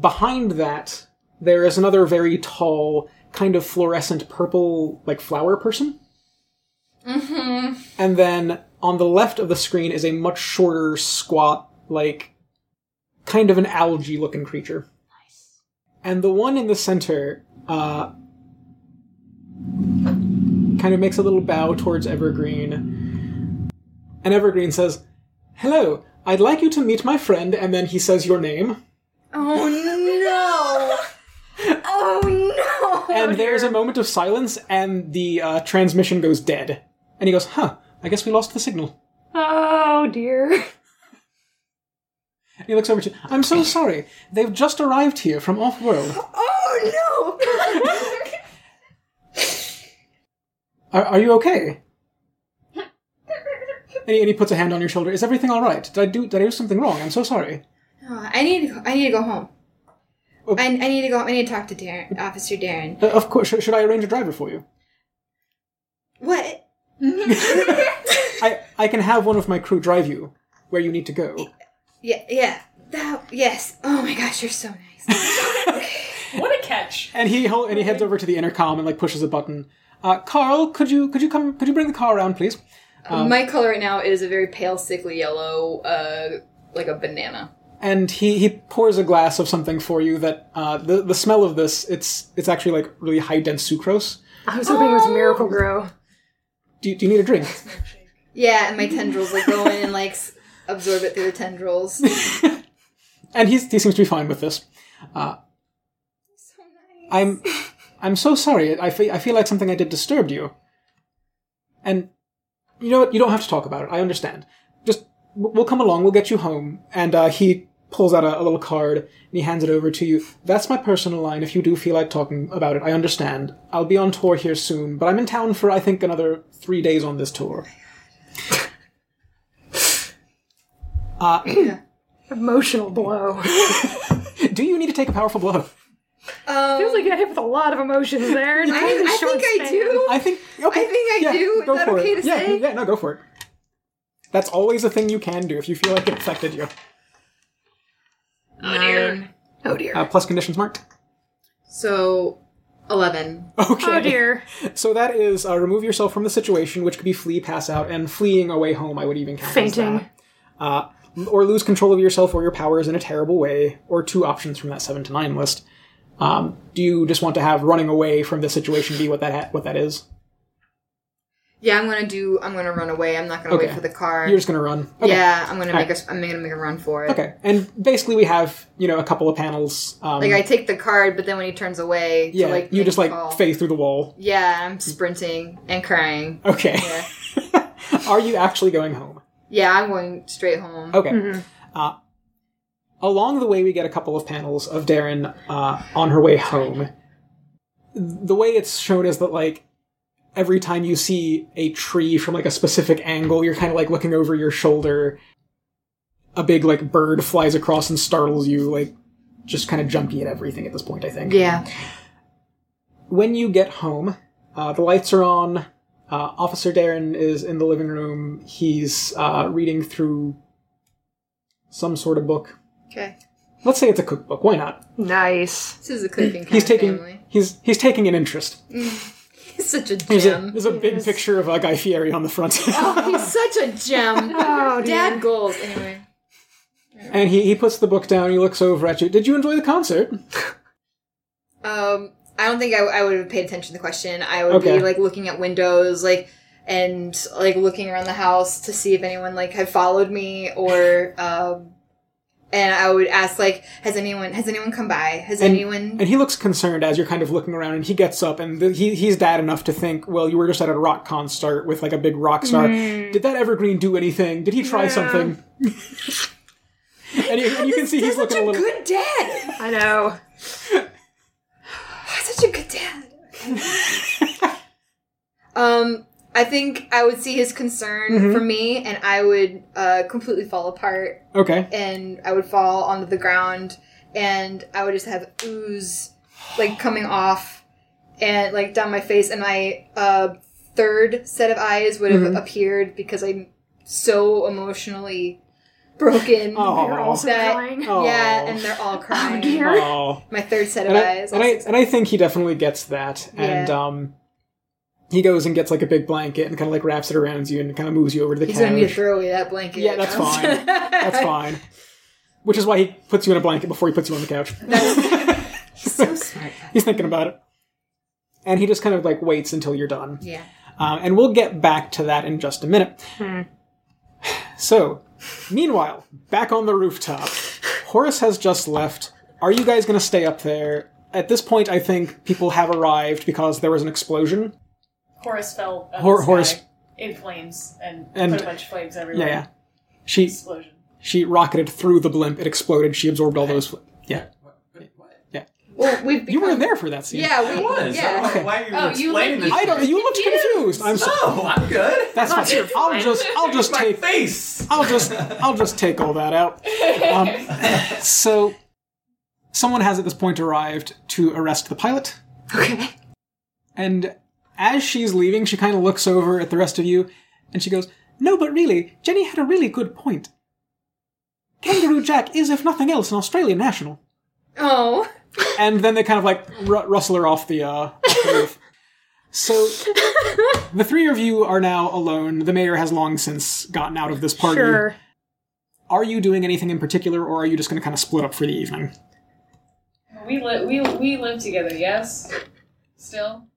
B: Behind that, there is another very tall, kind of fluorescent purple, like flower person. And then on the left of the screen is a much shorter, squat, like kind of an algae looking creature. Nice. And the one in the center uh, kind of makes a little bow towards Evergreen. And Evergreen says, Hello, I'd like you to meet my friend, and then he says your name.
C: Oh no. Oh no.
B: And there's a moment of silence, and the uh, transmission goes dead. And he goes, Huh, I guess we lost the signal.
A: Oh dear.
B: And he looks over to you, I'm so sorry, they've just arrived here from off world.
C: Oh no.
B: Are, are you okay? And he, and he puts a hand on your shoulder. Is everything all right? Did I do? Did I do something wrong? I'm so sorry.
C: Oh, I need. To, I need to go home.
B: Oh.
C: I, I need to go. I need to talk to Darren, Officer Darren.
B: Uh, of course. Should, should I arrange a driver for you?
C: What?
B: I I can have one of my crew drive you where you need to go.
C: Yeah, yeah. That. Yes. Oh my gosh, you're so nice.
E: What a catch!
B: And he hol- and he heads over to the intercom and like pushes a button. Uh, Carl, could you could you come could you bring the car around, please?
D: Um,
C: my color right now is a very pale, sickly yellow, uh, like a banana.
B: And he, he pours a glass of something for you that uh, the the smell of this it's it's actually like really high dense sucrose.
A: I was hoping it was Miracle Grow.
B: Do you, do you need a drink?
C: Yeah, and my tendrils like go in and like s- absorb it through the tendrils.
B: And he's, he seems to be fine with this. Uh, I'm I'm so sorry. I fe- I feel like something I did disturbed you. And you know what? You don't have to talk about it. I understand. Just w- we'll come along. We'll get you home. And uh, he pulls out a, a little card and he hands it over to you. That's my personal line. If you do feel like talking about it, I understand. I'll be on tour here soon, but I'm in town for I think another three days on this tour.
A: Emotional blow.
B: Do you need to take a powerful blow?
C: Um,
A: Feels like you got hit with a lot of emotions there. in a
C: I,
A: really
C: I
A: short
C: think I
A: span.
C: do.
B: I think. Okay.
C: I think I
B: yeah,
C: do. Is
B: Go
C: that
B: for
C: okay
B: it.
C: to
B: yeah,
C: say?
B: Yeah, no, go for it. That's always a thing you can do if you feel like it affected you.
E: Oh dear.
A: Oh dear.
B: Uh, plus conditions marked.
C: So, eleven.
B: Okay.
A: Oh dear.
B: So that is uh, remove yourself from the situation, which could be flee, pass out, and fleeing away home. I would even count as
A: Fainting.
B: that. Uh, or lose control of yourself or your powers in a terrible way, or two options from that seven to nine list. Um, do you just want to have running away from the situation be what that ha- what that is?
C: Yeah, I'm gonna do. I'm gonna run away. I'm not gonna
B: Okay.
C: wait for the car.
B: You're just gonna run. Okay.
C: Yeah, I'm gonna
B: Alright.
C: make a. I'm gonna make a run for it.
B: Okay. And basically, we have you know a couple of panels. Um,
C: Like I take the card, but then when he turns away, to,
B: yeah,
C: like
B: you
C: make
B: just
C: the
B: like
C: call.
B: fade through the wall.
C: Yeah, I'm sprinting and crying.
B: Okay.
C: Yeah.
B: Are you actually going home?
C: Yeah, I'm going straight home.
B: Okay. Uh, along the way, we get a couple of panels of Darren uh, on her way home. The way it's shown is that, like, every time you see a tree from, like, a specific angle, you're kind of, like, looking over your shoulder. A big, like, bird flies across and startles you. Like, just kind of jumpy at everything at this point, I think.
C: Yeah.
B: When you get home, uh, the lights are on. Uh, Officer Darren is in the living room. He's uh, reading through some sort of book.
C: Okay.
B: Let's say it's a cookbook. Why not?
A: Nice.
C: This is a cooking kind
B: He's
C: of
B: taking
C: family.
B: he's he's taking an interest.
C: He's such a
B: There's a,
C: gem.
B: there's a big picture of uh, Guy Fieri on the front.
C: He's such a gem.
A: Oh,
C: Dad goals. Anyway.
B: And he, he puts the book down, he looks over at you. Did you enjoy the concert?
C: Um, I don't think I, I would have paid attention to the question. I would
B: Okay.
C: be like looking at windows, like and like looking around the house to see if anyone like had followed me or um. And I would ask like, has anyone has anyone come by? Has
B: And-
C: anyone?
B: And he looks concerned as you're kind of looking around, and he gets up, and the, he, he's dad enough to think, well, you were just at a rock concert with like a big rock star.
C: Mm.
B: Did that evergreen do anything? Did he try something? and you, and you can see he's
C: such
B: looking a
C: a
B: little.
C: good dad.
A: I know.
C: such a good dad. um, I think I would see his concern
B: Mm-hmm.
C: for me, and I would uh, completely fall apart
B: Okay.
C: and I would fall onto the ground and I would just have ooze like coming off and like down my face and my uh, third set of eyes would have
B: Mm-hmm.
C: appeared because I'm so emotionally broken.
B: Oh.
A: You're also
C: That-
A: crying.
B: Oh.
C: Yeah, and they're all crying.
A: dear.
B: Oh.
C: My third set of
B: And I,
C: eyes.
B: and, I, and I think he definitely gets that. And
C: Yeah.
B: um, he goes and gets like a big blanket and kind of like wraps it around you and kind of moves you over to the
C: He's
B: couch.
C: gonna need to throw away that blanket.
B: Oh Yeah, that's fine. That's fine. Which is why he puts you in a blanket before he puts you on the couch.
C: so smart.
B: He's thinking about it. And he just kind of like waits until you're done.
C: Yeah.
B: Um, and we'll get back to that in just a minute. So, meanwhile, back on the rooftop, Horace has just left. Are you guys going to stay up there? At this point, I think people have arrived because there was an explosion.
E: Horace fell. out of
B: Hor-
E: the sky
B: Horace-
E: in flames and,
B: And-
E: put a bunch of flames everywhere.
B: Yeah, yeah. She
E: Explosion.
B: she rocketed through the blimp. It exploded. She absorbed all those. Fl- yeah,
C: Well, we've
B: you were
C: become-
B: there for that scene.
C: Yeah, we.
D: was. I don't
C: Yeah.
D: know Why are you
E: Oh, you
D: explaining
E: look-
D: this?
B: I don't. You looked confused. I'm sorry.
D: Oh, I'm good.
B: That's
A: Not
B: fine.
A: your
B: I'll
A: fault.
B: just I'll just
D: my
B: take
D: face.
B: I'll just I'll just take all that out. Um, so, someone has at this point arrived to arrest the pilot,
A: Okay.
B: and as she's leaving, she kind of looks over at the rest of you, and she goes, "No, but really, Jenny had a really good point. Kangaroo Jack is, if nothing else, an Australian national."
C: Oh.
B: and then they kind of like r- rustle her off the, uh, off the roof. So the three of you are now alone. The mayor has long since gotten out of this party.
A: Sure.
B: Are you doing anything in particular, or are you just going to kind of split up for the evening?
E: We live. We we live together. Yes. Still.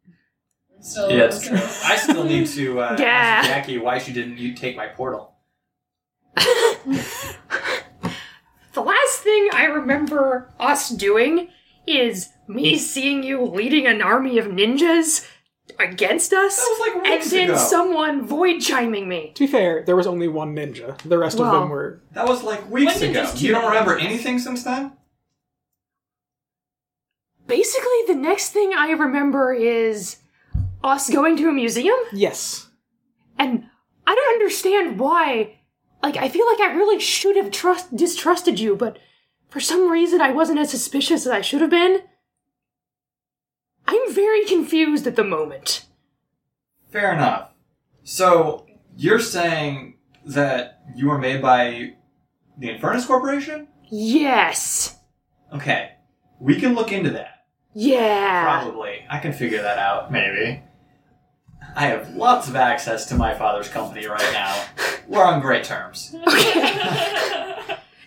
E: Still.
D: Yeah, it's
E: still-
D: true. I still need to uh,
A: Yeah.
D: ask Jackie why she didn't you take my portal.
A: The last thing I remember us doing is me seeing you leading an army of ninjas against us.
D: That was like weeks
A: and then
D: ago.
A: someone void chiming me.
B: To be fair, there was only one ninja. The rest of them
A: Well.
B: were.
D: That was like weeks
E: When did
D: ago.
E: this
D: You don't
E: change?
D: remember anything since then?
A: Basically, the next thing I remember is us going to a museum,
B: Yes.
A: and I don't understand why. Like, I feel like I really should have trust distrusted you, but for some reason I wasn't as suspicious as I should have been. I'm very confused at the moment.
D: Fair enough. So you're saying that you were made by the Infernus Corporation?
A: Yes.
D: Okay, we can look into that.
A: Yeah.
D: Probably, I can figure that out. Maybe. I have lots of access to my father's company right now. We're on great terms.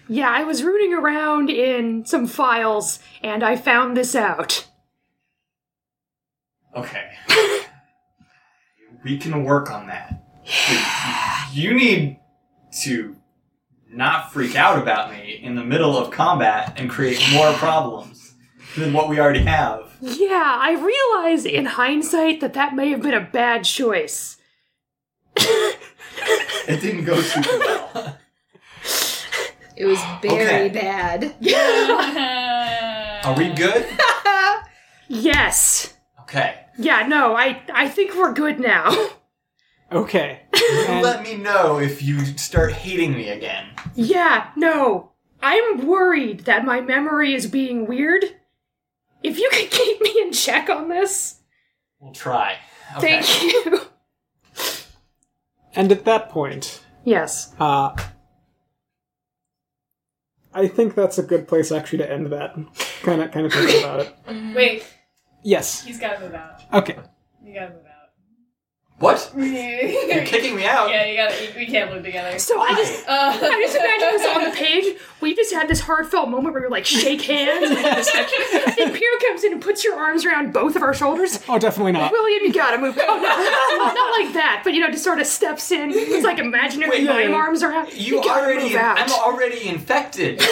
A: Yeah, I was rooting around in some files and I found this out.
D: Okay. we can work on that. But You need to not freak out about me in the middle of combat and create more problems than what we already have.
A: Yeah, I realize in hindsight that that may have been a bad choice.
D: It didn't go super well.
C: It was very
D: Okay.
C: bad.
D: Are we good?
A: Yes.
D: Okay.
A: Yeah, no, I I think we're good now.
B: Okay.
D: You Let me know if you start hating me again.
A: yeah, no. I'm worried that my memory is being weird. If you could keep me in check on this,
D: We'll try. Okay.
A: thank you.
B: And at that point,
A: Yes.
B: uh, I think that's a good place actually to end that. Kind of, kind of thinking about it.
E: Wait,
B: Yes.
E: he's gotta move out.
B: Okay.
E: You gotta move out.
D: What? You're
E: yeah,
D: kicking me out.
E: you gotta. We can't live together.
A: So I just
E: Uh,
A: I just imagine this on the page. We just had this heartfelt moment where we like shake hands. And just, like, I think Piero comes in and puts your arms around both of our shoulders.
B: Oh, definitely not.
A: William, you gotta move. Oh no, Well, not like that. But you know, just sort of steps in. It's like imaginary
D: Wait,
A: mime
B: yeah.
A: arms around.
D: You,
A: gotta
D: already.
A: move out.
D: I'm already infected.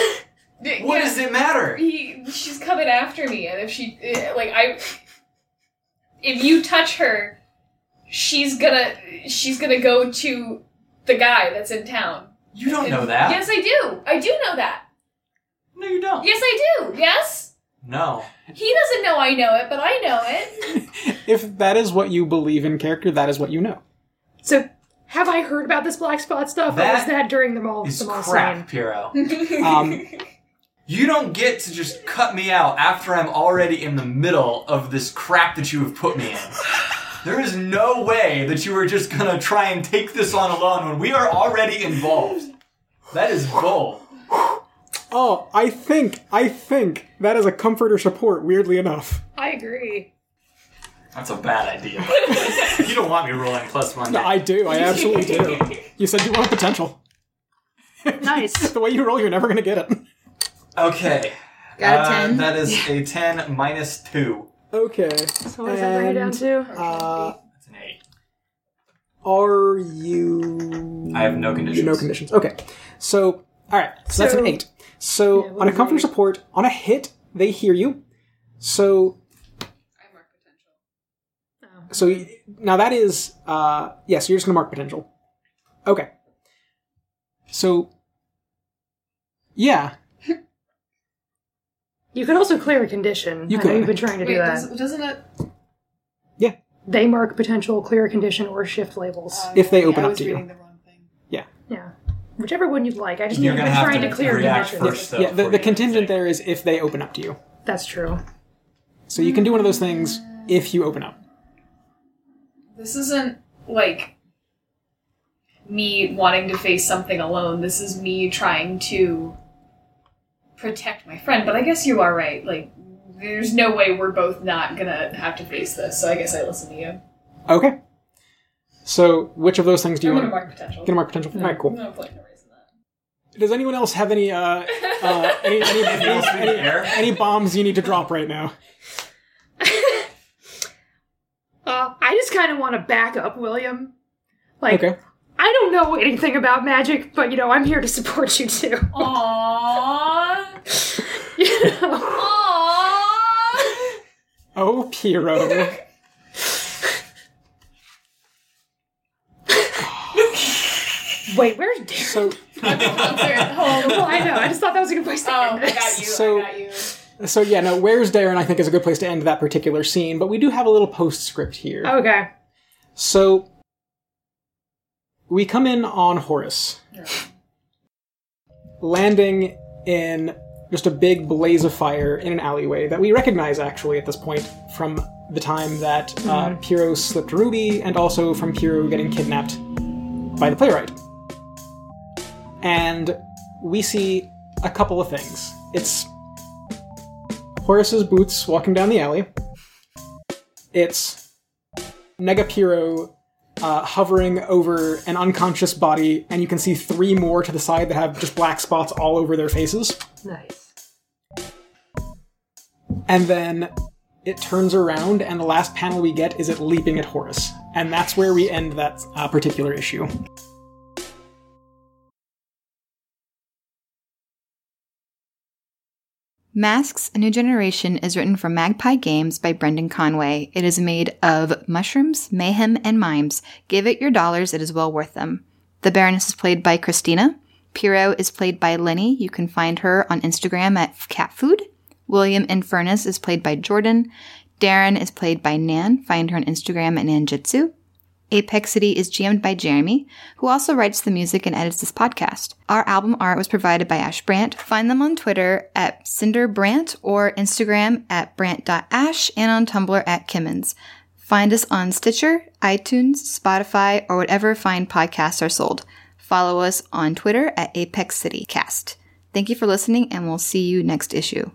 E: yeah,
D: What does it matter?
E: He, she's coming after me, and if she, eh, like, I, if you touch her, she's gonna, she's gonna go to the guy that's in town.
D: You don't know that.
E: Yes, I do. I do know that.
D: No, you don't.
E: Yes, I do. Yes,
D: No.
E: he doesn't know I know it, but I know it.
B: If that is what you believe in character, that is what you know.
A: So, have I heard about this black spot stuff? or was
D: That
A: that during the mall?
D: It's
A: The mall
D: crap,
A: scene?
D: Piero.
B: Um,
D: You don't get to just cut me out after I'm already in the middle of this crap that you have put me in. There is no way that you are just gonna try and take this on alone when we are already involved. That is bull.
B: oh, I think, I think that is a comfort or support. Weirdly enough,
A: I agree.
D: That's a bad idea. you don't want me rolling plus one.
B: I do. I absolutely do. You said you want potential.
A: Nice.
B: The way you roll, you're never gonna get it.
D: Okay.
G: Got a
D: Uh,
G: 10.
D: that is a ten minus two.
B: Okay.
A: So what does that bring you down
B: And,
A: to?
B: Uh,
D: That's an eight.
B: are you?
D: I have no conditions.
B: Mm, No conditions. Okay. So, all right. So, that's an
A: So-
B: eight. So on a comfort or support, on a hit, they hear you. So
E: I mark potential.
B: So y- now that is uh yes, you're just gonna mark potential. Okay. So yeah,
A: You could also clear a condition.
B: You
A: I know
B: could.
A: you've been trying to
G: Wait,
A: do that.
G: does, doesn't it?
B: yeah.
A: They mark potential clear a condition or shift labels.
B: If they open
G: I
B: up
G: was
B: to you.
G: reading the wrong thing.
A: yeah. Whichever one you'd like. I just
D: You're
A: mean,
D: gonna
A: I'm
D: have
A: trying
D: to,
A: to, clear a
D: react
A: condition.
D: first, though.
B: yeah. The,
D: before
B: the
D: you-
B: contingent there is if they open up to you.
A: That's true.
B: So you can do one of those things if you open up.
E: This isn't like me wanting to face something alone. This is me trying to protect my friend. But I guess you are right. Like, there's no way we're both not gonna have to face this. So I guess I listen to you.
B: Okay. So which of those things do you
E: I'm
B: want?
E: gonna mark potential.
B: Gonna mark potential. All right,
E: I'm
B: cool.
E: not playing no reason that.
B: Does anyone else have any uh, uh any any, any,
D: Anything else in the
B: any,
D: air?
B: any bombs you need to drop right now?
A: Uh, I just kind of want to back up William. Like,
B: Okay.
A: I don't know anything about magic, but you know, I'm here to support you too.
E: Aww.
A: you know?
E: Aww.
B: Oh, Piero.
A: Wait, where's Darren?
B: So
A: Well, I know. I just thought that was a good place to
E: Oh,
A: end
E: I
A: this.
E: got you.
B: So-
E: I got you.
B: So yeah, no, where's Darren? I think is a good place to end that particular scene, but we do have a little postscript here.
A: Okay.
B: So we come in on Horus, landing in just a big blaze of fire in an alleyway that we recognize actually at this point from the time that uh, Pyrrho slipped Ruby, and also from Pyrrho getting kidnapped by the playwright. And we see a couple of things. It's Horace's boots walking down the alley. It's Negapiro uh, hovering over an unconscious body, and you can see three more to the side that have just black spots all over their faces.
A: Nice.
B: And then it turns around, and the last panel we get is it leaping at Horace. And that's where we end that uh, particular issue.
C: Masks: A New Generation is written for Magpie Games by Brendan Conway. It is made of mushrooms, mayhem, and mimes. Give it your dollars; it is well worth them. The Baroness is played by Christina. Piero is played by Lenny. You can find her on Instagram at catfood. William Infernus is played by Jordan. Darren is played by Nan. Find her on Instagram at Nanjitsu. Apex City is GM'd by Jeremy, who also writes the music and edits this podcast. Our album art was provided by Ash Brandt. Find them on Twitter at cinderbrandt or Instagram at brandt.ash and on Tumblr at Kimmins. Find us on Stitcher, iTunes, Spotify, or whatever fine podcasts are sold. Follow us on Twitter at Apex City Cast. Thank you for listening, and we'll see you next issue.